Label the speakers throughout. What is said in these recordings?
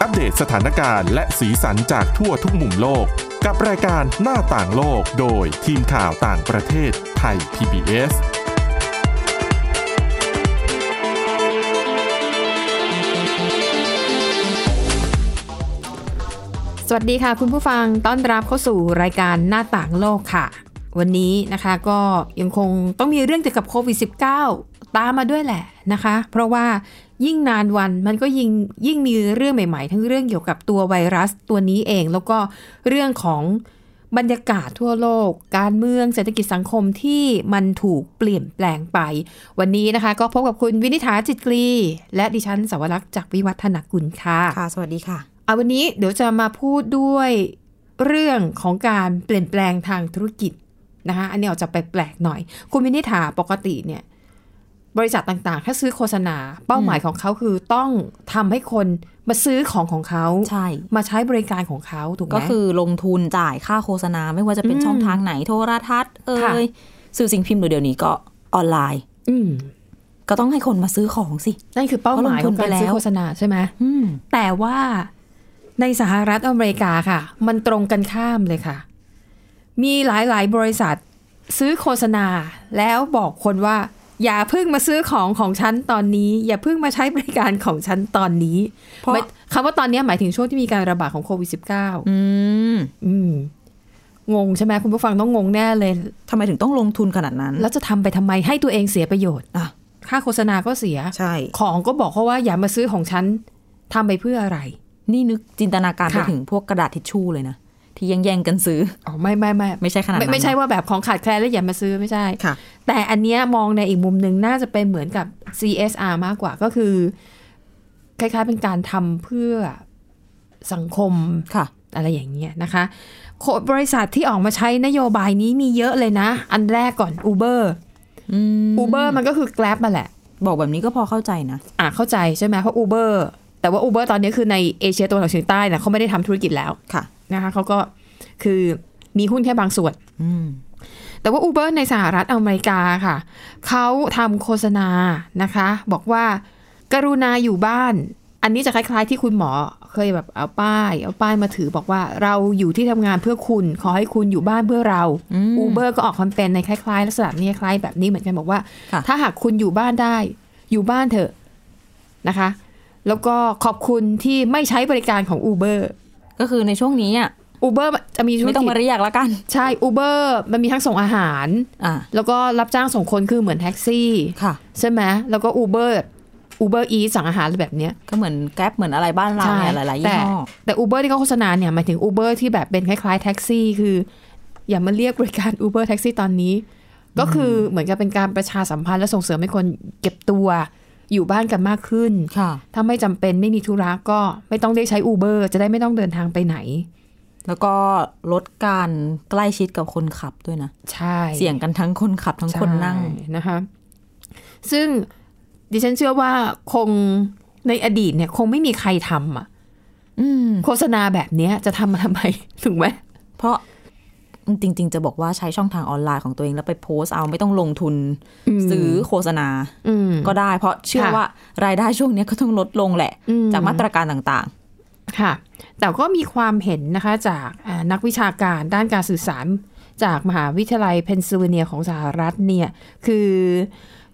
Speaker 1: อัปเดตสถานการณ์และสีสันจากทั่วทุกมุมโลก กับรายการหน้าต่างโลกโดยทีมข่าวต่างประเทศไทย PBS
Speaker 2: สวัสดีค่ะ คุณผู้ฟังต้อนรับเข้าสู่รายการหน้าต่างโลกค่ะ วันนี้นะคะก็ยังคงต้องมีเรื่องเกี่ยวกับโควิด -19 ตามมาด้วยแหละนะคะ เพราะว่ายิ่งนานวันมันก็ยิ่งยิ่งมีเรื่องใหม่ๆ ทั้งเรื่องเกี่ยวกับตัวไวรัสตัวนี้เอง แล้วก็เรื่องของบรรยากาศทั่วโลก การเมืองเศรษฐกิจสังคมที่มันถูกเปลี่ยนแปลงไป วันนี้นะคะ ก็พบกับคุณวินิษฐาจิตกรี และดิฉันสวรักษ์จากวิวัฒนกุลค่ะ
Speaker 3: ค่ะ สวัสดีค่ะ
Speaker 2: เอาวันนี้เดี๋ยวจะมาพูดด้วยเรื่องของการเปลี่ยนแปลงทางธุรกิจนะคะอันนี้อาจจะแปลกๆหน่อย คุณวินิษฐาปกติเนี่ย บริษัทต่างๆ ถ้าซื้อโฆษณา เป้าหมายของเขาคือต้องทำให้คนมาซื้อของของเขา
Speaker 3: ใช่
Speaker 2: มาใช้บริการของเขาถูกไหม
Speaker 3: ก็คือลงทุนจ่ายค่าโฆษณาไม่ว่าจะเป็น
Speaker 2: อืม
Speaker 3: ช่องทางไหนโทรทัศน์เอ่
Speaker 2: ค่ะ
Speaker 3: ยสื่อสิ่งพิมพ์หรือเดี๋ยวนี้ก็ออนไลน์
Speaker 2: ม
Speaker 3: ก็ต้องให้คนมาซื้อของสิ
Speaker 2: นั่นคือเป้าหมายของการซื้อโฆษณาใช่ไหม
Speaker 3: อืม
Speaker 2: แต่ว่าในสหรัฐอเมริกาค่ะ มันตรงกันข้ามเลยค่ะ มีหลายๆ บริษัทซื้อโฆษณา แล้วบอกคนว่า อย่าเพิ่งมาซื้อของของฉันตอนนี้ อย่าเพิ่งมาใช้บริการของฉันตอนนี้
Speaker 3: เพราะ
Speaker 2: ไม่คำว่าตอนนี้หมายถึงช่วงที่มีการระบาดของโควิด -19
Speaker 3: อืม
Speaker 2: อืมงงใช่ไหมคุณผู้ฟังต้องงงแน่เลย
Speaker 3: ทำไมถึงต้องลงทุนขนาดนั้น
Speaker 2: แล้วจะทำไปทำไมให้ตัวเองเสียประโยชน์
Speaker 3: อ่ะ
Speaker 2: ค่าโฆษณาก็เสีย
Speaker 3: ใช่
Speaker 2: ของก็บอกเขาว่าอย่ามาซื้อของฉันทำไปเพื่ออะไร
Speaker 3: นี่นึกจินตนาการไป
Speaker 2: ค่ะ
Speaker 3: ถึงพวกกระดาษทิชชู่เลยนะ ที่แย่งๆกันซื้อ
Speaker 2: อ๋อไม่ไม่ไม่
Speaker 3: ไม่ใช่ขนาดนั้
Speaker 2: ไม่
Speaker 3: น
Speaker 2: ไม่ใช่ว่าแบบของขาดแคลนแล้วอย่ามาซื้อไม่ใช่
Speaker 3: ค่ะ
Speaker 2: แต่อันเนี้ยมองในอีกมุมหนึ่งน่าจะเป็นเหมือนกับ CSR มากกว่าก็คือ คล้ายๆเป็นการทำเพื่อสังคม
Speaker 3: ค่ะ
Speaker 2: อะไรอย่างเงี้ยนะคะโคบริษัทที่ออกมาใช้นโยบายนี้มีเยอะเลยนะ อันแรกก่อน Uber
Speaker 3: อืม
Speaker 2: Uber มันก็คือ Grab มาแหละ
Speaker 3: บอกแบบนี้ก็พอเข้าใจนะ
Speaker 2: อ่ะเข้าใจใช่ไหมเพราะ Uber แต่ว่า Uber ตอนนี้คือในเอเชียตะวันออกเฉียงใต้นะเขาไม่ได้ทำธุรกิจแล้ว
Speaker 3: ค่ะ
Speaker 2: นะคะเขาก็คือมีหุ้นแค่บางส่วน
Speaker 3: อืม
Speaker 2: แต่ว่า Uber ในสหรัฐอเมริกาค่ะ เขาทำโฆษณานะคะ บอกว่า กรุณาอยู่บ้าน อันนี้จะคล้ายๆ ที่คุณหมอเคยแบบเอาป้าย เอาป้ายมาถือบอกว่าเราอยู่ที่ทำงานเพื่อคุณ ขอให้คุณอยู่บ้านเพื่อเรา
Speaker 3: อืม
Speaker 2: Uber ก็ออกคอนเทนต์ในคล้ายๆ ลักษณะนี้คล้ายแบบนี้เหมือนกันบอกว่า
Speaker 3: ค่ะ
Speaker 2: ถ้าหากคุณอยู่บ้านได้ อยู่บ้านเถอะนะคะ แล้วก็ขอบคุณที่ไม่ใช้บริการของ Uber
Speaker 3: ก็คือในช่วงนี้อ่ะ
Speaker 2: Uber จะมีธุร
Speaker 3: ไม่ต้อง
Speaker 2: กิ
Speaker 3: มา
Speaker 2: จ
Speaker 3: เรียกละกัน
Speaker 2: ใช่ Uber มันมีทั้งส่งอาหาร
Speaker 3: อ่ะ
Speaker 2: แล้วก็รับจ้างส่งคนคือเหมือนแท็กซี่
Speaker 3: ค่ะ
Speaker 2: ใช่ไหมแล้วก็อูเบอร์อูเบอร์อีสั่งอาหารอะไรแบบเนี้ย
Speaker 3: ก็เหมือนแก๊ปเหมือนอะไรบ้านเราเนี่ยหลายๆยี่
Speaker 2: แต่
Speaker 3: ห้อ
Speaker 2: แต่อูเบอร์ที่เขาโฆษณาเนี่ยหมายถึงอูเบอร์ที่แบบเป็นคล้ายๆแท็กซี่คือ อย่ามาเรียกบริการอูเบอร์แท็กซี่ตอนนี้ ก็คือเหมือนกับเป็นการประชาสัมพันธ์และส่งเสริมให้คนเก็บตัวอยู่บ้านกันมากขึ้น
Speaker 3: ค่ะ
Speaker 2: ถ้าไม่จำเป็นไม่มีธุระก็ไม่ต้องเรียกใช้อูเบอร์จะได้ไม่ต้องเดินทางไปไหน
Speaker 3: แล้วก็ลดการใกล้ชิดกับคนขับด้วยนะ
Speaker 2: ใช่
Speaker 3: เสี่ยงกันทั้งคนขับทั้งคนนั่ง
Speaker 2: ใช่นะคะ ซึ่งดิฉันเชื่อว่าคงในอดีตเนี่ย คงไม่มีใครทำอะ
Speaker 3: อืม
Speaker 2: โฆษณาแบบเนี้ยจะทำมาทำ ไม ถูกไหม
Speaker 3: เพราะจริง ๆ จะบอกว่าใช้ช่องทางออนไลน์ของตัวเองแล้วไปโพสต์เอาไม่ต้องลงทุนซื้อโฆษณา
Speaker 2: อืม
Speaker 3: ก็ได้ เพราะเชื่อ
Speaker 2: ค่ะ
Speaker 3: ว่ารายได้ช่วงเนี้ยก็ต้องลดลงแหละ
Speaker 2: อื
Speaker 3: จากมาตรการต่าง
Speaker 2: ค่ะ แต่ก็มีความเห็นนะคะจากอ่านักวิชาการด้านการสื่อสาร จากมหาวิทยาลัยเพนซิลเวเนียของสหรัฐเนี่ย คือ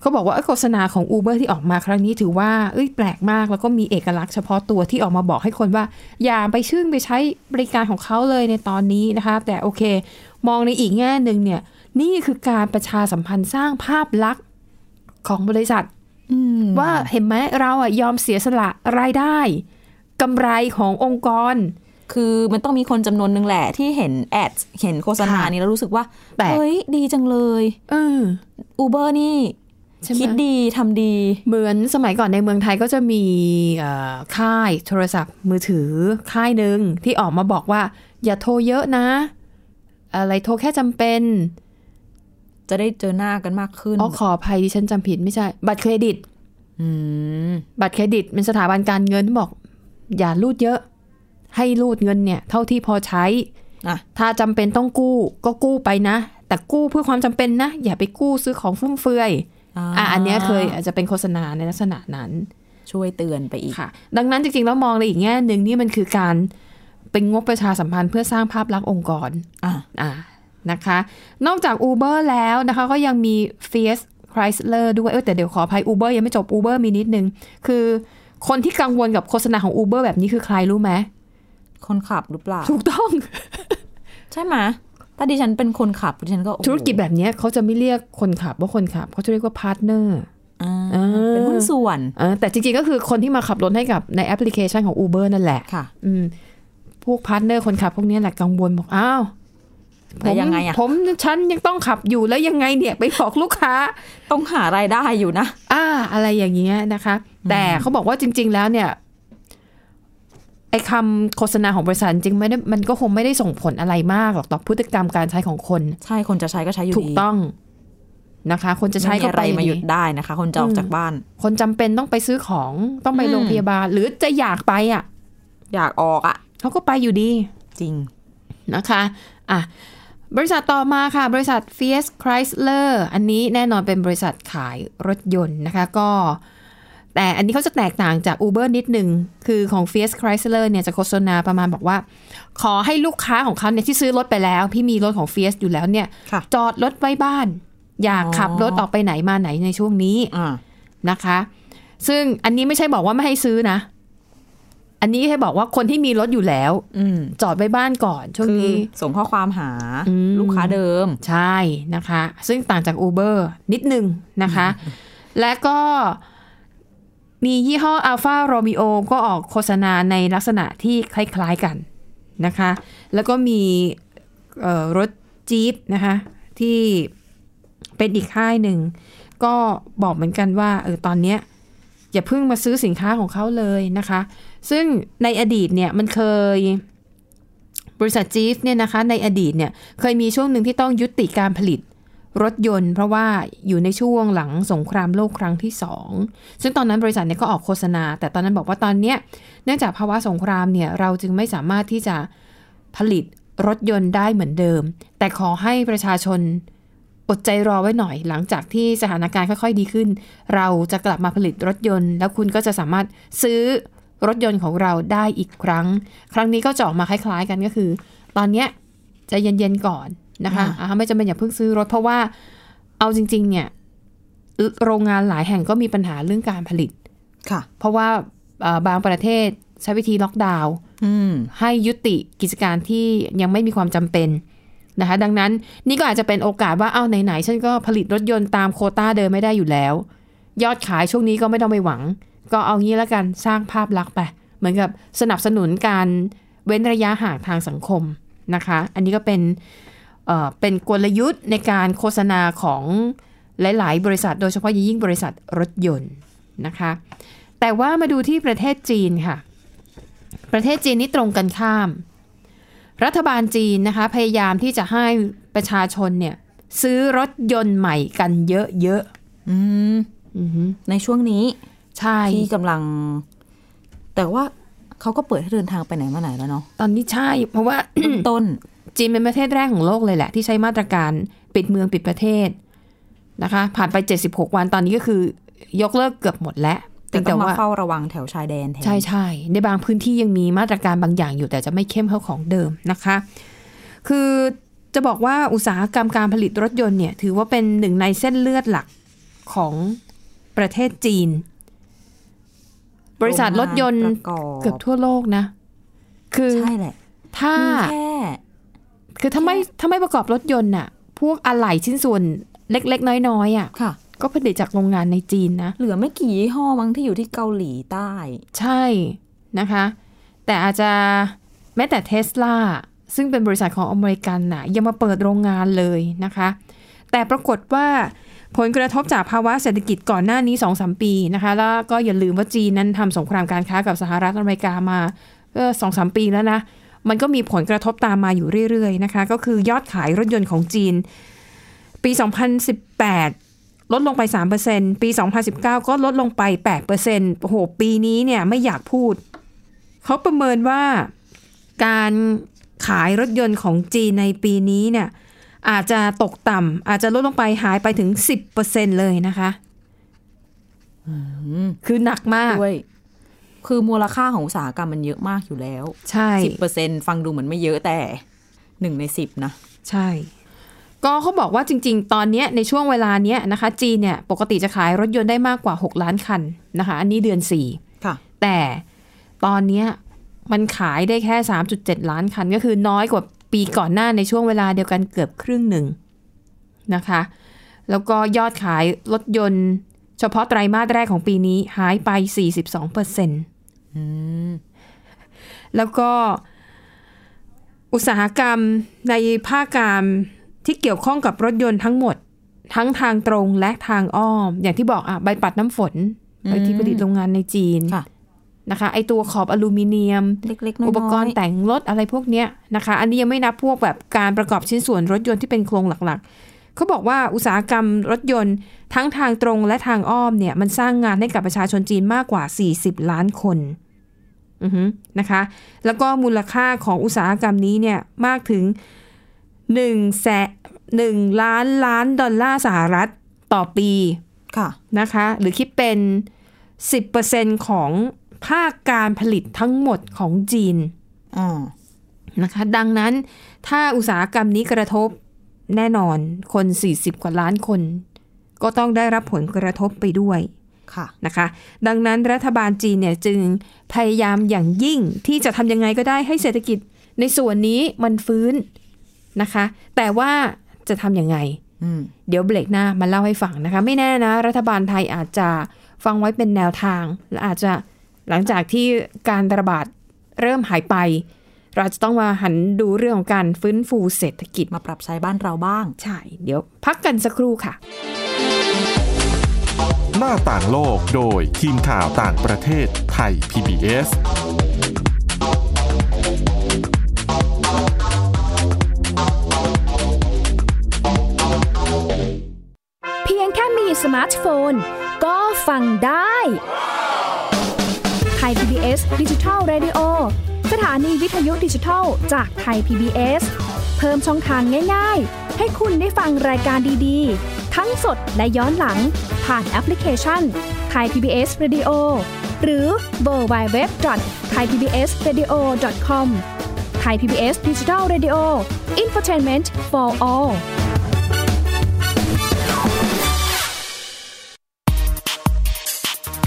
Speaker 2: เขาบอกว่าเอ้ยโฆษณาของ Uber ที่ออกมาครั้งนี้ถือว่าเอ้ยแปลกมากแล้วก็มีเอกลักษณ์เฉพาะตัวที่ออกมาบอกให้คนว่า อย่าไปชื่นไปใช้บริการของเขาเลยในตอนนี้นะคะ แต่โอเค มองในอีกแง่หนึ่งเนี่ย นี่คือการประชาสัมพันธ์สร้างภาพลักษณ์ของบริษัท
Speaker 3: ๆ อืม
Speaker 2: ว่าเห็นไหมเราอ่ะยอมเสียสละรายได้กำไรขององค์กร
Speaker 3: คือมันต้องมีคนจำนวนหนึ่งแหละ ที่เห็นแอดเห็นโฆษณา
Speaker 2: ค่ะ
Speaker 3: นี้แล้วรู้สึกว่า
Speaker 2: แปลก
Speaker 3: เฮ้ย ดีจังเลย
Speaker 2: เออ
Speaker 3: Uber นี่
Speaker 2: ใช่ไหม
Speaker 3: คิดดีทำดี
Speaker 2: เหมือนสมัยก่อนในเมืองไทยก็จะมีเอ่อค่ายโทรศัพท์มือถือค่ายหนึ่งที่ออกมาบอกว่า อย่าโทรเยอะนะ อะไรโทรแค่จำเป็น
Speaker 3: จะได้เจอหน้ากันมากขึ้น
Speaker 2: อ๋อขออภัยดิฉันจำผิดไม่ใช่ บัตรเครดิต
Speaker 3: อืม
Speaker 2: บัตรเครดิตเป็นสถาบันการเงินที่บอก อย่ารูดเยอะ ให้รูดเงินเนี่ย เท่าที่พอใช้
Speaker 3: อ่ะ
Speaker 2: ถ้าจำเป็นต้องกู้ก็กู้ไปนะ แต่กู้เพื่อความจำเป็นนะ อย่าไปกู้ซื้อของฟุ่มเฟือย อ่ะอันเนี้ยเคยอาจจะเป็นโฆษณาในลักษณะนั้น
Speaker 3: ช่วยเตือนไปอีก
Speaker 2: ค่ะ ดังนั้นจริงๆแล้วมองในอีกแง่หนึ่งนี่มันคือการเป็นงบประชาสัมพันธ์เพื่อสร้างภาพลักษณ์องค์กร
Speaker 3: อ่ะ
Speaker 2: อ่านะคะ นอกจาก Uber แล้วนะคะ ก็ยังมี Fiat Chrysler ด้วยเอยแต่เดี๋ยวขออภัย Uber ยังไม่จบ Uber มีนิดนึง คือคนที่กังวลกับโฆษณาของ Uber แบบนี้คือใครรู้ไหม
Speaker 3: คนขับหรือเปล่า
Speaker 2: ถูกต้อง
Speaker 3: ใช่ไหมถ้าดิฉันเป็นคนขับดิฉันก็โอ้โห
Speaker 2: ธุรกิจแบบเนี้ยเขาจะไม่เรียกคนขับว่าคนขับ เขาจะเรียกว่าพาร์ทเนอร์
Speaker 3: อ่า
Speaker 2: เออ
Speaker 3: เป็นหุ้นส่วน
Speaker 2: เออแต่จริงๆก็คือคนที่มาขับรถให้กับในแอปพลิเคชันของ Uber นั่นแหละ
Speaker 3: ค่ะ
Speaker 2: อืมพวกพาร์ทเนอร์คนขับพวกเนี้ยแหละกังวลบอกอ้าว
Speaker 3: แล้วยังไงอะ
Speaker 2: ผมฉันยังต้องขับอยู่แล้วยังไงเนี่ยไปบอกลูกค้า
Speaker 3: ต้องหารายได้อยู่นะ
Speaker 2: อ่าอะไรอย่างเงี้ยนะคะ แต่เขาบอกว่าจริง ๆ แล้วเนี่ยไอ้คำโฆษณาของบริษัทจริงๆไม่ได้มันก็คงไม่ได้ส่งผลอะไรมากหรอกต่อพฤติกรรมการใช้ของคน
Speaker 3: ใช่คนจะใช้ก็ใช้อยู่
Speaker 2: ถูก
Speaker 3: ดี
Speaker 2: ต้องนะคะ คนจะ
Speaker 3: ไม่
Speaker 2: ใช้
Speaker 3: มี
Speaker 2: เข้า
Speaker 3: อะไร
Speaker 2: ไป
Speaker 3: มาหยุด
Speaker 2: นี่
Speaker 3: ได้นะคะ คนจะออกจากบ้าน
Speaker 2: คนจำเป็นต้องไปซื้อของต้องไป
Speaker 3: อืม
Speaker 2: โรงพยาบาล หรือจะอยากไปอ่ะ
Speaker 3: อยากออกอ่ะ
Speaker 2: เขาก็ไปอยู่ดี
Speaker 3: จริง
Speaker 2: นะคะอ่ะบริษัทต่อมาค่ะ บริษัท Fiat Chrysler อันนี้แน่นอนเป็นบริษัทขายรถยนต์นะคะก็ แต่อันนี้เขาจะแตกต่างจาก Uber นิดหนึ่งคือของ Fiat Chrysler เนี่ยจะโฆษณาประมาณบอกว่า ขอให้ลูกค้าของเขาเนี่ยที่ซื้อรถไปแล้ว พี่มีรถของ Fiat อยู่แล้วเนี่ย
Speaker 3: ค่ะ
Speaker 2: จอดรถไว้บ้าน อยาก
Speaker 3: อ๋อ
Speaker 2: ขับรถออกไปไหนมาไหนในช่วงนี้
Speaker 3: อ่า
Speaker 2: นะคะ ซึ่งอันนี้ไม่ใช่บอกว่าไม่ให้ซื้อนะ อันนี้ให้บอกว่าคนที่มีรถอยู่แล้ว
Speaker 3: อืม
Speaker 2: จอดไว้บ้านก่อนช่วง
Speaker 3: คือ
Speaker 2: นี้
Speaker 3: ส่งข้อความหา
Speaker 2: อืม
Speaker 3: ลูกค้าเดิม
Speaker 2: ใช่นะคะ ซึ่งต่างจาก Uber นิดนึงนะคะ และก็มียี่ห้อ Alfa Romeo ก็ออกโฆษณาในลักษณะที่คล้ายๆกันนะคะ แล้วก็มีเอ่อรถจี๊ปนะคะที่เป็นอีกค่ายหนึ่ง ก็บอกเหมือนกันว่าเออตอนเนี้ยอย่าเพิ่งมาซื้อสินค้าของเขาเลยนะคะ ซึ่งในอดีตเนี่ยมันเคย บริษัทจีฟเนี่ยนะคะในอดีตเนี่ยเคยมีช่วงหนึ่งที่ต้องยุติการผลิตรถยนต์ เพราะว่าอยู่ในช่วงหลังสงครามโลกครั้งที่ 2 ซึ่งตอนนั้นบริษัทเนี่ยก็ออกโฆษณา แต่ตอนนั้นบอกว่าตอนเนี้ยเนื่องจากภาวะสงครามเนี่ยเราจึงไม่สามารถที่จะผลิตรถยนต์ได้เหมือนเดิม แต่ขอให้ประชาชนอดใจรอไว้หน่อย หลังจากที่สถานการณ์ค่อยๆดีขึ้น เราจะกลับมาผลิตรถยนต์ แล้วคุณก็จะสามารถซื้อ รถยนต์ของเราได้อีกครั้ง ครั้งนี้ก็จะออกมาคล้ายๆกันก็คือ ตอนเนี้ยใจะเย็นๆก่อนนะคะ
Speaker 3: อ่า
Speaker 2: อ่าไม่จำเป็นอย่าเพิ่งซื้อรถเพราะว่าเอาจริง ๆ เนี่ยโรงงานหลายแห่งก็มีปัญหาเรื่องการผลิต
Speaker 3: ค่ะ
Speaker 2: เพราะว่าเอ่อบางประเทศใช้วิธีล็อกดาวน์
Speaker 3: อืม
Speaker 2: ให้ยุติกิจการที่ยังไม่มีความจำเป็นนะคะ ดังนั้นนี่ก็อาจจะเป็นโอกาสว่าเอาไหนๆฉันก็ผลิตรถยนต์ตามโควต้าเดิมไม่ได้อยู่แล้ว ยอดขายช่วงนี้ก็ไม่ต้องไปหวัง ก็เอางี้ละกันสร้างภาพลักษณ์ไป เหมือนกับสนับสนุนการเว้นระยะห่างทางสังคมนะคะ อันนี้ก็เป็นเอ่อเป็นกลยุทธ์ในการโฆษณาของหลาย ๆ บริษัท โดยเฉพาะอย่างยิ่งบริษัทรถยนต์นะคะ แต่ว่ามาดูที่ประเทศจีนค่ะ ประเทศจีนนี่ตรงกันข้าม รัฐบาลจีนนะคะ พยายามที่จะให้ประชาชนเนี่ย ซื้อรถยนต์ใหม่กันเยอะ
Speaker 3: อืม
Speaker 2: ๆอือหือ
Speaker 3: ในช่วงนี้
Speaker 2: ใช่
Speaker 3: ที่กำลัง แต่ว่าเขาก็เปิดให้เดินทางไปไหนมาไหนแล้วเนาะ
Speaker 2: ตอนนี้ใช่ เพราะว่า
Speaker 3: เริ่มต้น
Speaker 2: จีนเป็นประเทศแรกของโลกเลยแหละ ที่ใช้มาตรการปิดเมืองปิดประเทศนะคะ ผ่านไป 76 วันตอนนี้ก็คือยกเลิกเกือบหมดแล้ว
Speaker 3: แต่
Speaker 2: เพียง
Speaker 3: ต้
Speaker 2: แต่
Speaker 3: องมา
Speaker 2: ว่า
Speaker 3: เฝ้าระวังแถวชายแดนแทน
Speaker 2: ใช่ใช่ในบางพื้นที่ยังมีมาตรการบางอย่างอยู่แต่จะไม่เข้มเท่าของเดิมนะคะ คือจะบอกว่าอุตสาหกรรมการผลิตรถยนต์เนี่ย ถือว่าเป็นหนึ่งในเส้นเลือดหลักของประเทศจีน บริษัทรถยนต์
Speaker 3: ประกอบ
Speaker 2: เกือบทั่วโลกนะ คือ
Speaker 3: ใช่แหละ
Speaker 2: ถ้า
Speaker 3: มีแค่
Speaker 2: คือถ้าไม่ถ้าไม่ประกอบรถยนต์น่ะ พวกอะไหล่ชิ้นส่วนเล็ก ๆ น้อยๆอ่ะ
Speaker 3: ค่ะ
Speaker 2: ก็ผลิตจากโรงงานในจีนนะ
Speaker 3: เหลือไม่กี่ยี่ห้อมั้งที่อยู่ที่เกาหลีใต้
Speaker 2: ใช่นะคะ แต่อาจจะแม้แต่เทสลาซึ่งเป็นบริษัทของอเมริกันน่ะยังมาเปิดโรงงานเลยนะคะ แต่ปรากฏว่าผลกระทบจากภาวะเศรษฐกิจก่อนหน้านี้ 2-3 ปีนะคะ แล้วก็อย่าลืมว่าจีนนั้นทำสงครามการค้ากับสหรัฐอเมริกามาก็สองสามปีแล้วนะ มันก็มีผลกระทบตามมาอยู่เรื่อยๆนะคะ ก็คือยอดขายรถยนต์ของจีน ปี 2018 ลดลงไป 3%ปี 2019 ก็ลดลงไป 8%โอ้โห ปีนี้เนี่ยไม่อยากพูด เขาประเมินว่าการขายรถยนต์ของจีนในปีนี้เนี่ย อาจจะตกต่ำอาจจะลดลงไปหายไปถึง 10%เลยนะคะ คือหนักมาก
Speaker 3: ด้วย คือมูลค่าของอุตสาหกรรมมันเยอะมากอยู่แล้ว
Speaker 2: ใช่
Speaker 3: สิบเปอร์เซ็นฟังดูเหมือนไม่เยอะแต่หนึ่งในสิบนะ
Speaker 2: ใช่ ก็เขาบอกว่าจริง ๆ ตอนเนี้ยในช่วงเวลาเนี้ยนะคะ จีนเนี่ยปกติจะขายรถยนต์ได้มากกว่า 6 ล้านคันนะคะ อันนี้เดือน
Speaker 3: ค่ะ
Speaker 2: 4 แต่ตอนเนี้ยมันขายได้แค่ 3.7 ล้านคัน ก็คือน้อยกว่าปีก่อนหน้าในช่วงเวลาเดียวกันเกือบครึ่งหนึ่งนะคะ แล้วก็ยอดขายรถยนต์ เฉพาะไตรมาสแรกของปีนี้หายไป 42เปอร์เซ็นต์แล้วก็อุตสาหกรรมในภาคการที่เกี่ยวข้องกับรถยนต์ทั้งหมด ทั้งทางตรงและทางอ้อม อย่างที่บอกอ่ะใบปัดน้ำฝนไปที่ผลิตโรงงานในจีน
Speaker 3: ค่ะ
Speaker 2: นะคะ ไอตัวขอบอลูมิเนียม
Speaker 3: เล็กๆน้อยๆ
Speaker 2: อุปกรณ์แต่งรถอะไรพวกเนี้ยนะคะ อันนี้ยังไม่นับพวกแบบการประกอบชิ้นส่วนรถยนต์ที่เป็นโครงหลักๆ เขาบอกว่าอุตสาหกรรมรถยนต์ทั้งทางตรงและทางอ้อมเนี่ย มันสร้างงานให้กับประชาชนจีนมากกว่า 40 ล้านคนอือฮึนะคะ แล้วก็มูลค่าของอุตสาหกรรมนี้เนี่ยมากถึง1แสน1ล้านล้านดอลลาร์สหรัฐต่อปี
Speaker 3: ค่ะ
Speaker 2: นะคะหรือคิดเป็น 10%ของภาคการผลิตทั้งหมดของจีน
Speaker 3: อ่า
Speaker 2: นะคะดังนั้นถ้าอุตสาหกรรมนี้กระทบแน่นอนคน 40 กว่าล้านคน ก็ต้องได้รับผลกระทบไปด้วย
Speaker 3: ค่ะ
Speaker 2: นะคะดังนั้นรัฐบาลจีนเนี่ยจึงพยายามอย่างยิ่งที่จะทำยังไงก็ได้ให้เศรษฐกิจในส่วนนี้มันฟื้นนะคะแต่ว่าจะทำยังไง
Speaker 3: อืม
Speaker 2: เดี๋ยวเบรกหน้ามาเล่าให้ฟังนะคะ ไม่แน่นะ รัฐบาลไทยอาจจะฟังไว้เป็นแนวทาง และอาจจะหลังจากที่การระบาดเริ่มหายไป เราจะต้องมาหันดูเรื่องของการฟื้นฟูเศรษฐกิจ
Speaker 3: มาปรับใช้บ้านเราบ้าง
Speaker 2: ใช่ เดี๋ยวพักกันสักครู่ค่ะ
Speaker 1: หน้าต่างโลกโดยทีมข่าวต่างประเทศไทย PBS
Speaker 4: เพียงแค่มีสมาร์ทโฟน ก็ฟังได้ไทย PBS ดิจิทัล Radio สถานีวิทยุดิจิทัลจากไทย PBS เพิ่มช่องทางง่าย ๆ ให้คุณได้ฟังรายการดีๆ ทั้งสดและย้อนหลัง ผ่านแอปพลิเคชันไทย PBS Radio หรือเวอร์บายเว็บไทยพีบีเอสเรดิโอคอมไทยพีบีเอสดิจิทัลเรดิโออินฟอร์ทนเมนต์ for all เพ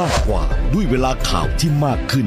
Speaker 5: มากกว่าด้วยเวลาข่าวที่มากขึ้น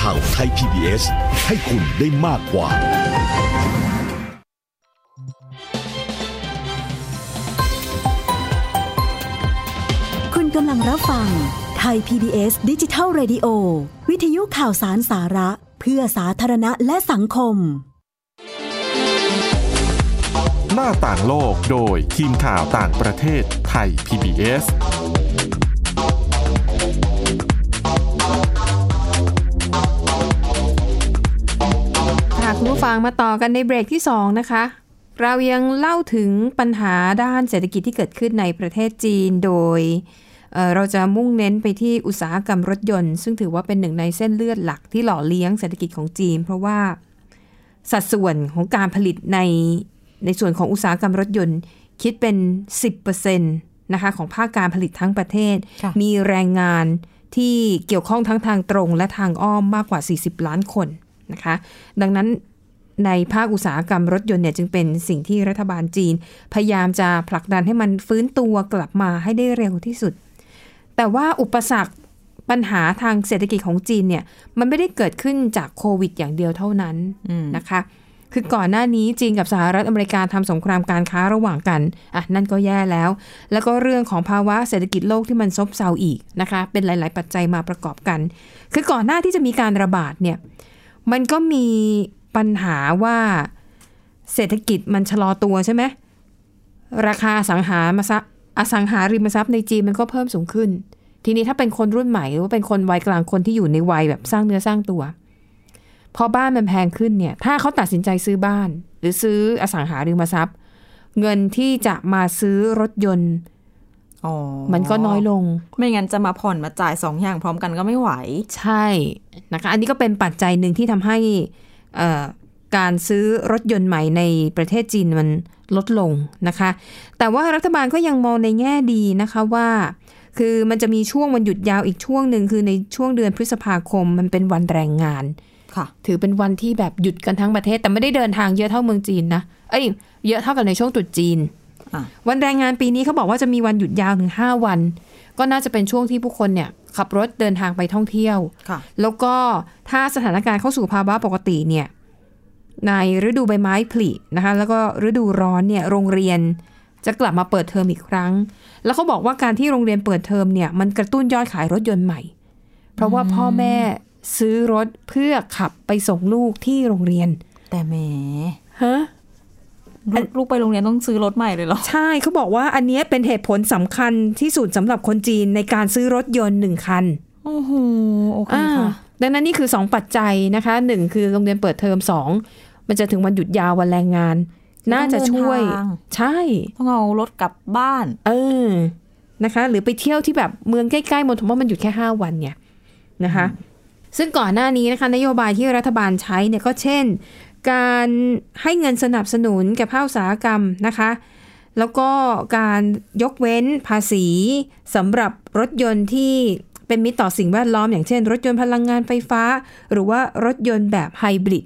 Speaker 5: ข่าวไทย PBS ให้คุณได้มากกว่า
Speaker 6: คุณกำลังรับฟังไทย PBS ดิจิทัล Radio วิทยุข่าวสารสาระ เพื่อสาธารณะและสังคม
Speaker 1: หน้าต่างโลกโดยทีมข่าวต่างประเทศไทย PBS
Speaker 2: ค่ะคุณผู้ฟังมาต่อกันในเบรกที่ 2 นะคะ เรายังเล่าถึงปัญหาด้านเศรษฐกิจที่เกิดขึ้นในประเทศจีนโดยเอ่อเราจะมุ่งเน้นไปที่อุตสาหกรรมรถยนต์ ซึ่งถือว่าเป็นหนึ่งในเส้นเลือดหลักที่หล่อเลี้ยงเศรษฐกิจของจีน เพราะว่าสัดส่วนของการผลิตในในส่วนของอุตสาหกรรมรถยนต์คิดเป็น 10%นะคะของภาคการผลิตทั้งประเทศ
Speaker 3: ค่ะ
Speaker 2: มีแรงงานที่เกี่ยวข้องทั้งทางตรงและทางอ้อมมากกว่า 40 ล้านคนนะคะ ดังนั้นในภาคอุตสาหกรรมรถยนต์เนี่ยจึงเป็นสิ่งที่รัฐบาลจีน พยายามจะผลักดันให้มันฟื้นตัวกลับมาให้ได้เร็วที่สุด แต่ว่าอุปสรรคปัญหาทางเศรษฐกิจของจีนเนี่ยมันไม่ได้เกิดขึ้นจากโควิดอย่างเดียวเท่านั้นนะคะ คือก่อนหน้านี้จีนกับสหรัฐอเมริกาทำสงครามการค้าระหว่างกันอ่ะนั่นก็แย่แล้ว แล้วก็เรื่องของภาวะเศรษฐกิจโลกที่มันซบเซาอีกนะคะ เป็นหลาย ๆ ปัจจัยมาประกอบกัน คือก่อนหน้าที่จะมีการระบาดเนี่ยมันก็มีปัญหาว่าเศรษฐกิจมันชะลอตัวใช่ไหม ราคาอสังหาริมทรัพย์อสังหาริมทรัพย์ในจีนมันก็เพิ่มสูงขึ้น ทีนี้ถ้าเป็นคนรุ่นใหม่หรือว่าเป็นคนวัยกลางคนที่อยู่ในวัยแบบสร้างเนื้อสร้างตัว พอบ้านมันแพงขึ้นเนี่ย ถ้าเขาตัดสินใจซื้อบ้าน หรือซื้ออสังหาริมทรัพย์ เงินที่จะมาซื้อรถยนต์
Speaker 3: อ๋อ
Speaker 2: มันก็น้อยลง
Speaker 3: ไม่งั้นจะมาผ่อนมาจ่ายสองอย่างพร้อมกันก็ไม่ไหว
Speaker 2: ใช่นะคะ อันนี้ก็เป็นปัจจัยหนึ่งที่ทำให้เอ่อการซื้อรถยนต์ใหม่ในประเทศจีนมันลดลงนะคะ แต่ว่ารัฐบาลก็ยังมองในแง่ดีนะคะว่า คือมันจะมีช่วงวันหยุดยาวอีกช่วงหนึ่งคือในช่วงเดือนพฤษภาคมมันเป็นวันแรงงาน
Speaker 3: ค่ะ
Speaker 2: ถือเป็นวันที่แบบหยุดกันทั้งประเทศแต่ไม่ได้เดินทางเยอะเท่าเมืองจีนนะ เอ้ยเยอะเท่ากับในช่วงตรุษจีน
Speaker 3: อ่ะ
Speaker 2: วันแรงงานปีนี้เขาบอกว่าจะมีวันหยุดยาวถึงห้าวัน ก็น่าจะเป็นช่วงที่ผู้คนเนี่ยขับรถเดินทางไปท่องเที่ยว
Speaker 3: ค่ะ
Speaker 2: แล้วก็ถ้าสถานการณ์เข้าสู่ภาวะปกติเนี่ยในฤดูใบไม้ผลินะคะแล้วก็ฤดูร้อนเนี่ยโรงเรียนจะกลับมาเปิดเทอมอีกครั้ง แล้วเขาบอกว่าการที่โรงเรียนเปิดเทอมเนี่ยมันกระตุ้นยอดขายรถยนต์ใหม่ เพราะว่าพ่อแม่ซื้อรถเพื่อขับไปส่งลูกที่โรงเรียน
Speaker 3: แต่แหม
Speaker 2: ฮะ
Speaker 3: ลูกลูกไปโรงเรียนต้องซื้อรถใหม่เลยเหรอ
Speaker 2: ใช่เขาบอกว่าอันเนี้ยเป็นเหตุผลสำคัญที่สุดสำหรับคนจีนในการซื้อรถยนต์หนึ่งคัน
Speaker 3: โอ้โห โอเค
Speaker 2: อ่า
Speaker 3: ค่ะ
Speaker 2: ดังนั้นนี่คือ 2 ปัจจัยนะคะหนึ่งคือโรงเรียนเปิดเทอม 2 มันจะถึงวันหยุดยาววันแรงงาน น่าจะช่วย
Speaker 3: เดินทาง
Speaker 2: ใช่
Speaker 3: ต้องเอารถกลับบ้าน
Speaker 2: เออนะคะ หรือไปเที่ยวที่แบบเมืองใกล้ๆมณฑลเพราะมันหยุดแค่ 5 วันเนี่ยนะคะ ซึ่งก่อนหน้านี้นะคะนโยบายที่รัฐบาลใช้เนี่ยก็เช่น การให้เงินสนับสนุนแก่ภาคอุตสาหกรรมนะคะ แล้วก็การยกเว้นภาษีสำหรับรถยนต์ที่เป็นมิตรต่อสิ่งแวดล้อม อย่างเช่น รถยนต์พลังงานไฟฟ้า หรือว่ารถยนต์แบบไฮบริด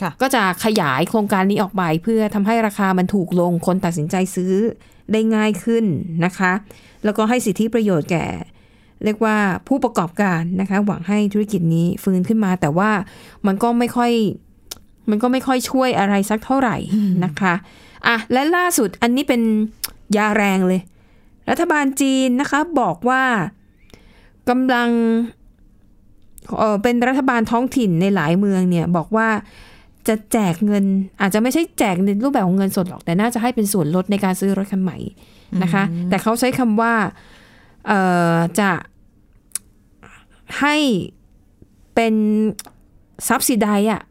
Speaker 3: ค่ะ
Speaker 2: ก็จะขยายโครงการนี้ออกไปเพื่อทำให้ราคามันถูกลงคนตัดสินใจซื้อได้ง่ายขึ้นนะคะ แล้วก็ให้สิทธิประโยชน์แก่ เรียกว่าผู้ประกอบการนะคะ หวังให้ธุรกิจนี้ฟื้นขึ้นมา แต่ว่ามันก็ไม่ค่อย มันก็ไม่ค่อยช่วยอะไรสักเท่าไหร่นะคะอ่ะและล่าสุดอันนี้เป็นยาแรงเลย รัฐบาลจีนนะคะบอกว่ากำลังเออเป็นรัฐบาลท้องถิ่นในหลายเมืองเนี่ยบอกว่าจะแจกเงิน อาจจะไม่ใช่แจกในรูปแบบของเงินสดหรอก แต่น่าจะให้เป็นส่วนลดในการซื้อรถคันใหม่นะคะ แต่เขาใช้คำว่า เอ่อจะให้เป็นซับซิไดอะ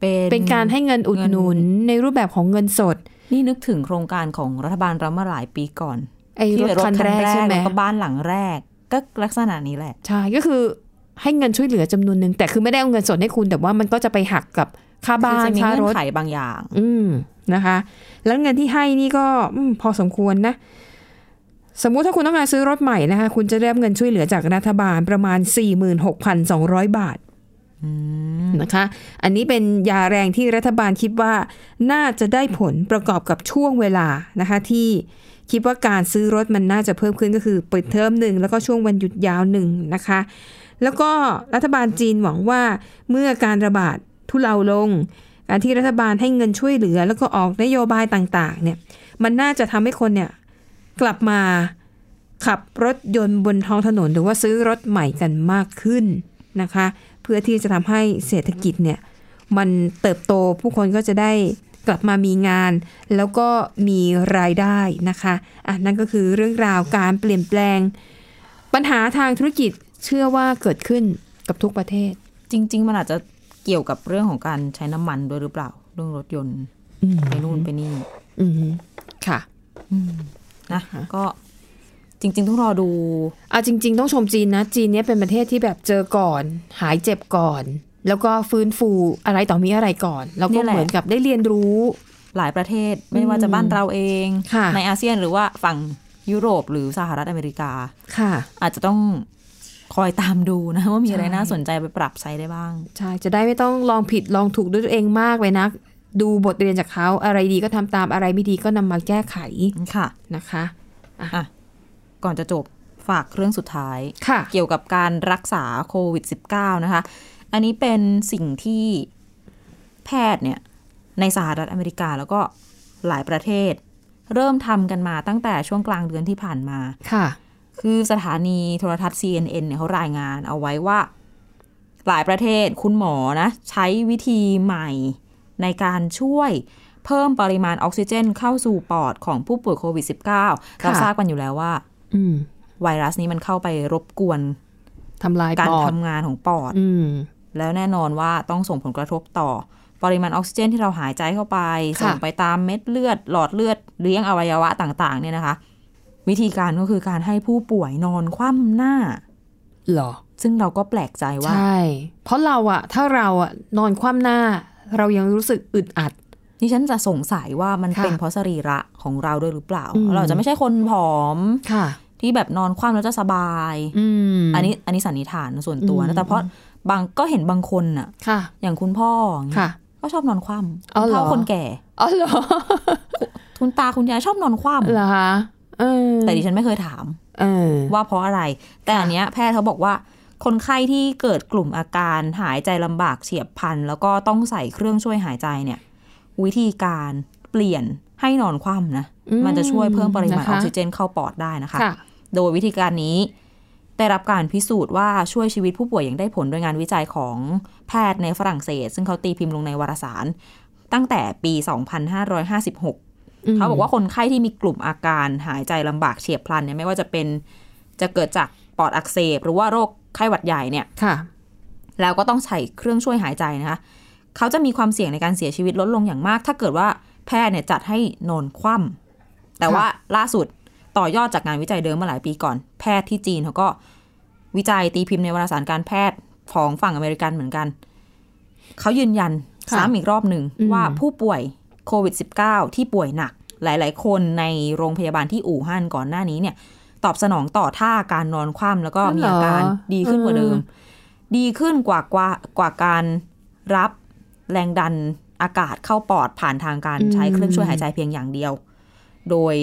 Speaker 3: เป็น
Speaker 2: เป็นการให้เงินอุดหนุนในรูปแบบของเงินสด
Speaker 3: นี่นึกถึงโครงการของรัฐบาลเรามาหลายปีก่อน
Speaker 2: ไอ้รถคันแรกใช่ไหม
Speaker 3: แล้วก็บ้านหลังแรก ก็ลักษณะนี้แหละ
Speaker 2: ใช่ก็คือให้เงินช่วยเหลือจำนวนหนึ่งแต่คือไม่ได้เอาเงินสดให้คุณ แต่ว่ามันก็จะไปหักกับค่าบ้าน
Speaker 3: คือจะมี
Speaker 2: ค่าร
Speaker 3: เงื่อ
Speaker 2: ถ
Speaker 3: นไขบางอย่าง
Speaker 2: อืมนะคะ แล้วเงินที่ให้นี่ก็อืมพอสมควรนะ สมมุติถ้าคุณต้องการซื้อรถใหม่นะคะ คุณจะได้รับเงินช่วยเหลือจากรัฐบาลประมาณ 46,200 บาทนะคะ อันนี้เป็นยาแรงที่รัฐบาลคิดว่าน่าจะได้ผลประกอบกับช่วงเวลานะคะ ที่คิดว่าการซื้อรถมันน่าจะเพิ่มขึ้นก็คือเปิดเทอมหนึ่งแล้วก็ช่วงวันหยุดยาวหนึ่งนะคะ แล้วก็รัฐบาลจีนหวังว่าเมื่อการระบาดทุเลาลง การที่รัฐบาลให้เงินช่วยเหลือ แล้วก็ออกนโยบายต่างๆ เนี่ย มันน่าจะทำให้คนเนี่ยกลับมาขับรถยนต์บนท้องถนน หรือว่าซื้อรถใหม่กันมากขึ้นนะคะ เพื่อที่จะทำให้เศรษฐกิจเนี่ย มันเติบโตผู้คนก็จะได้กลับมามีงาน แล้วก็มีรายได้นะคะอ่ะนั่นก็คือเรื่องราวการเปลี่ยนแปลง ปัญหาทางธุรกิจเชื่อว่าเกิดขึ้นกับทุกประเทศ
Speaker 3: จริง ๆ มันอาจจะเกี่ยวกับเรื่องของการใช้น้ำมันด้วยหรือเปล่า เรื่องรถยนต์ไปนู่นไปนี่
Speaker 2: อืมค่ะ
Speaker 3: นะก็จริง ๆ ต้องรอดู
Speaker 2: เอาจริง ๆ ต้องชมจีนนะ จีนเนี้ยเป็นประเทศที่แบบเจอก่อน หายเจ็บก่อน แล้วก็ฟื้นฟูอะไรต่อมีอะไรก่อน แล้ว
Speaker 3: นี่
Speaker 2: ก็
Speaker 3: แหละ
Speaker 2: เหมือนกับได้เรียนรู้
Speaker 3: หลายประเทศไม่ว่าจะบ้านเราเอง
Speaker 2: ค่ะ
Speaker 3: ในอาเซียนหรือว่าฝั่งยุโรปหรือสหรัฐอเมริกา
Speaker 2: ค่ะ
Speaker 3: อาจจะต้องคอยตามดูนะ ว่ามีอะไร
Speaker 2: ใช่
Speaker 3: น่าสนใจไปปรับใช้ได้บ้าง
Speaker 2: ใช่จะได้ไม่ต้องลองผิดลองถูกด้วยตัวเองมากไปนะดูบทเรียนจากเขาอะไรดีก็ทำตามอะไรไม่ดีก็นำมาแก้ไข
Speaker 3: ค่ะ
Speaker 2: นะคะ
Speaker 3: ก่อนจะจบ ฝากเรื่องสุดท้าย
Speaker 2: ค่ะ
Speaker 3: เกี่ยวกับการรักษาโควิด -19 นะคะ อันนี้เป็นสิ่งที่แพทย์เนี่ย ในสหรัฐอเมริกาแล้วก็หลายประเทศ เริ่มทำกันมาตั้งแต่ช่วงกลางเดือนที่ผ่านมา
Speaker 2: ค่ะ
Speaker 3: คือสถานีโทรทัศน์ CNN เนี่ยเขารายงานเอาไว้ว่า หลายประเทศคุณหมอนะ ใช้วิธีใหม่ในการช่วยเพิ่มปริมาณออกซิเจนเข้าสู่ปอดของผู้ป่วยโควิด -19 เรา
Speaker 2: ค่ะ
Speaker 3: ทราบกันอยู่แล้วว่า
Speaker 2: อืม
Speaker 3: ไวรัสนี้มันเข้าไปรบกวน
Speaker 2: ทำลาย
Speaker 3: การ
Speaker 2: ปอด
Speaker 3: ทำงานของปอด
Speaker 2: อืม
Speaker 3: แล้วแน่นอนว่าต้องส่งผลกระทบต่อ ปริมาณออกซิเจนที่เราหายใจเข้าไป
Speaker 2: ค่ะ
Speaker 3: ส่งไปตามเม็ดเลือด หลอดเลือดเลี้ยงอวัยวะต่างๆเนี่ยนะคะ วิธีการก็คือการให้ผู้ป่วยนอนคว่ำหน้า
Speaker 2: เหรอ
Speaker 3: ซึ่งเราก็แปลกใจว่า
Speaker 2: ใช่ เพราะเราอะถ้าเราอะนอนคว่ำหน้า เรายังรู้สึกอึดอัด
Speaker 3: นี่ฉันจะสงสัยว่ามัน
Speaker 2: ค่ะ
Speaker 3: เป็นเพราะสรีระของเราด้วยหรือเปล่า
Speaker 2: อืม
Speaker 3: เราอาจจะไม่ใช่คนผอม
Speaker 2: ค่ะ
Speaker 3: ที่แบบนอนคว่ำแล้วจะสบาย
Speaker 2: อืม
Speaker 3: อันนี้อันนี้สันนิษฐานส่วนตัว
Speaker 2: อื
Speaker 3: นะ
Speaker 2: ม
Speaker 3: แต่เพราะบางก็เห็นบางคนน่ะ
Speaker 2: ค่ะ
Speaker 3: อย่างคุณพ่ออย่างเงี้ย
Speaker 2: ค่ะ
Speaker 3: ก็ชอบนอนคว่ำ
Speaker 2: อ๋อเหรอ
Speaker 3: เท่าคนแก่
Speaker 2: อ๋อเหรอ
Speaker 3: คุณตาคุณยายชอบนอนคว่
Speaker 2: เหรอคะเออ
Speaker 3: ำแต่ดิฉันไม่เคยถาม
Speaker 2: เออ
Speaker 3: ว่าเพราะอะไร แต่อันเนี้ยแพทย์เขาบอกว่า คนไข้ที่เกิดกลุ่มอาการหายใจลำบากเฉียบพลัน แล้วก็ต้องใส่เครื่องช่วยหายใจเนี่ย วิธีการเปลี่ยนให้นอนคว่ำนะ
Speaker 2: อืม
Speaker 3: มันจะช่วยเพิ่มปริมาณ
Speaker 2: นะคะ
Speaker 3: ออกซิเจนเข้าปอดได้นะคะ
Speaker 2: ค่ะ
Speaker 3: โดยวิธีการนี้ ได้รับการพิสูจน์ว่าช่วยชีวิตผู้ป่วยอย่างได้ผลโดยงานวิจัยของแพทย์ในฝรั่งเศส ซึ่งเขาตีพิมพ์ลงในวารสาร ตั้งแต่ปี 2556 เขาบอกว่าคนไข้ที่มีกลุ่มอาการหายใจลำบากเฉียบพลันเนี่ยไม่ว่าจะเป็นจะเกิดจากปอดอักเสบ หรือว่าโรคไข้หวัดใหญ่เนี่ย
Speaker 2: ค่ะ
Speaker 3: แล้วก็ต้องใส่เครื่องช่วยหายใจนะคะเขาจะมีความเสี่ยงในการเสียชีวิตลดลงอย่างมาก ถ้าเกิดว่าแพทย์เนี่ยจัดให้นอนคว่ำแต่
Speaker 2: ค่ะ
Speaker 3: ว่าล่าสุดต่อยอดจากงานวิจัยเดิมมาหลายปีก่อน แพทย์ที่จีนเขาก็วิจัยตีพิมพ์ในวารสารการแพทย์ของฝั่งอเมริกันเหมือนกันเขายืนยัน
Speaker 2: ค่ะ
Speaker 3: ซ้ำอีกรอบหนึ่ง
Speaker 2: อืม
Speaker 3: ว่าผู้ป่วยโควิด -19 ที่ป่วยหนัก หลาย ๆ คนในโรงพยาบาลที่อู่ฮั่นก่อนหน้านี้เนี่ย ตอบสนองต่อท่าการนอนคว่ำแล้วก็มีอาการดีขึ้นกว่าเดิม ดีขึ้นกว่ากว่ากว่าการรับแรงดันอากาศเข้าปอดผ่านทางการใช้เครื่องช่วยหายใจเพียงอย่างเดียว โดย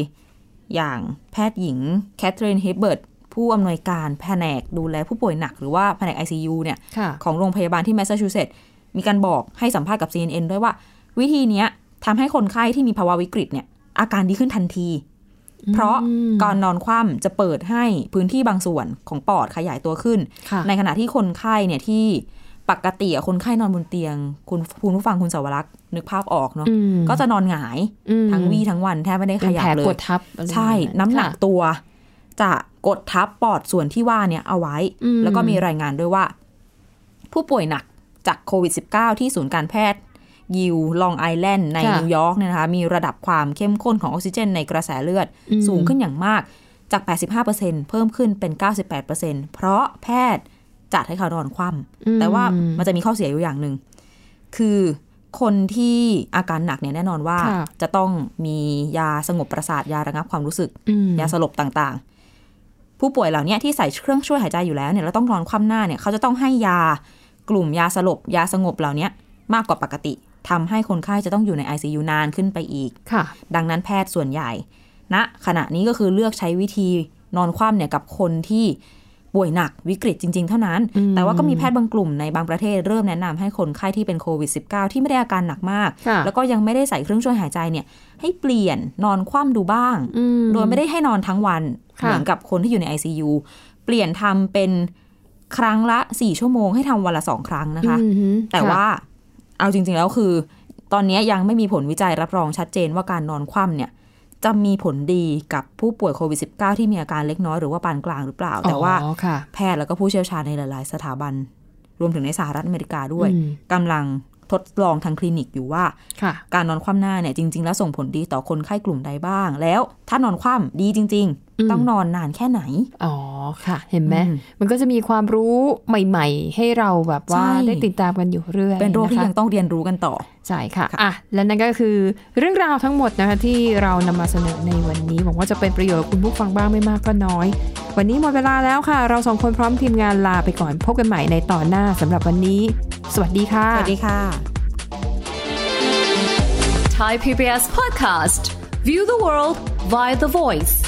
Speaker 3: อย่างแพทย์หญิงแคทเธอรีนเฮเบิร์ตผู้อำนวยการแผนกดูแลผู้ป่วยหนักหรือว่าแผนก ICU เนี่ย
Speaker 2: ค่ะ
Speaker 3: ของโรงพยาบาลที่แมสซาชูเซตส์มีการบอกให้สัมภาษณ์กับ CNN ด้วยว่า วิธีเนี้ยทำให้คนไข้ที่มีภาวะวิกฤตเนี่ย อาการดีขึ้นทันที เพราะก่อนนอนคว่ำจะเปิดให้พื้นที่บางส่วนของปอดขยายตัวขึ้น
Speaker 2: ค่ะ
Speaker 3: ในขณะที่คนไข้เนี่ยที่ปกติอะคนไข้นอนบนเตียง คุณคุณผู้ฟังคุณสาวรักษ์นึกภาพออกเนาะ
Speaker 2: อืม
Speaker 3: ก็จะนอนหงาย
Speaker 2: อืม
Speaker 3: ทั้งวี่ทั้งวันแทบไม่ได้
Speaker 2: เป็
Speaker 3: ข
Speaker 2: น
Speaker 3: ยับ
Speaker 2: แผล
Speaker 3: เล
Speaker 2: ก
Speaker 3: ย
Speaker 2: ดทับอะไร
Speaker 3: ใช่
Speaker 2: แบบ
Speaker 3: น้ำหนัก
Speaker 2: ค่ะ
Speaker 3: ตัว จะกดทับปอดส่วนที่ว่าเนี่ยเอาไว้
Speaker 2: อืม
Speaker 3: แล้วก็มีรายงานด้วยว่า ผู้ป่วยหนักจากโควิด -19 ที่ศูนย์การแพทย์ ยิวลองไอแลนด์ในนิวยอร์กเนี่ยนะคะ มีระดับความเข้มข้นของออกซิเจนในกระแสเลือด สูงขึ้นอย่างมากจาก 85%เพิ่มขึ้นเป็น 98%เพราะแพทย์จัดให้เขานอนคว่ำแต่ว่ามันจะมีข้อเสียอยู่อย่างหนึ่ง คือคนที่อาการหนักเนี่ยแน่นอนว่า
Speaker 2: ค่ะ
Speaker 3: จะต้องมียาสงบประสาทยาระงับความรู้สึก
Speaker 2: อืม
Speaker 3: ยาสลบต่างๆ ผู้ป่วยเหล่าเนี้ยที่ใส่เครื่องช่วยหายใจอยู่แล้วเนี่ยแล้วต้องนอนคว่ำหน้าเนี่ยเขาจะต้องให้ยากลุ่มยาสลบ ยาสงบเหล่าเนี้ยมากกว่าปกติทำให้คนไข้จะต้องอยู่ใน ICU นานขึ้นไปอีก
Speaker 2: ค่ะ
Speaker 3: ดังนั้นแพทย์ส่วนใหญ่ณนะขณะนี้ก็คือเลือกใช้วิธีนอนคว่ำเนี่ยกับคนที่ป่วยหนักวิกฤตจริง ๆ เท่านั้น
Speaker 2: อืม
Speaker 3: แต่ว่าก็มีแพทย์บางกลุ่มในบางประเทศเริ่มแนะนำให้คนไข้ที่เป็นโควิด -19 ที่ไม่ได้อาการหนักมาก
Speaker 2: ค่ะ
Speaker 3: แล้วก็ยังไม่ได้ใส่เครื่องช่วยหายใจเนี่ย ให้เปลี่ยนนอนคว่ำดูบ้าง
Speaker 2: อื
Speaker 3: โดยไม่ได้ให้นอนทั้งวัน
Speaker 2: ค่ะ
Speaker 3: เหมือนกับคนที่อยู่ใน ICU เปลี่ยนทำเป็นครั้งละ 4 ชั่วโมงให้ทำวันละสองครั้งนะคะ
Speaker 2: อืมฮึ
Speaker 3: แต่
Speaker 2: ค่ะ
Speaker 3: ว่าเอาจริง ๆ แล้วคือ ตอนนี้ยังไม่มีผลวิจัยรับรองชัดเจนว่าการนอนคว่ำเนี่ย จะมีผลดีกับผู้ป่วยโควิด -19 ที่มีอาการเล็กน้อยหรือว่าปานกลางหรือเปล่า แต่ว่า
Speaker 2: อ๋อค่ะ
Speaker 3: แพทย์แล้วก็ผู้เชี่ยวชาญในหลาย ๆ สถาบัน รวมถึงในสหรัฐอเมริกาด้วย
Speaker 2: อืม
Speaker 3: กำลังทดลองทางคลินิกอยู่ว่า
Speaker 2: ค่ะ
Speaker 3: การนอนคว่ำหน้าเนี่ยจริง ๆ แล้วส่งผลดีต่อคนไข้กลุ่มใดบ้าง แล้วถ้านอนคว่ำดีจริง
Speaker 2: อืม
Speaker 3: ๆ ต้องนอนนานแค่ไหน
Speaker 2: อ๋อค่ะ เห็นไหม
Speaker 3: อืม
Speaker 2: มันก็จะมีความรู้ใหม่ ๆ ให้เราแบบว่า
Speaker 3: ใช่
Speaker 2: ได้ติดตามกันอยู่เรื่อย
Speaker 3: เป็นโรคที่
Speaker 2: ะะ
Speaker 3: ยังต้องเรียนรู้กันต่อ
Speaker 2: ใช่ค่ะอ่ะ และนั่นก็คือเรื่องราวทั้งหมดนะคะที่เรานำมาเสนอในวันนี้ หวังว่าจะเป็นประโยชน์กับคุณผู้ฟังบ้างไม่มากก็น้อย วันนี้หมดเวลาแล้วค่ะ เราสองคนพร้อมทีมงานลาไปก่อนพบกันใหม่ในตอนหน้าสำหรับวันนี้ สวัสดีค่ะ
Speaker 3: สวัสดีค่ะ
Speaker 7: Thai PBS podcast. View the world via the voice.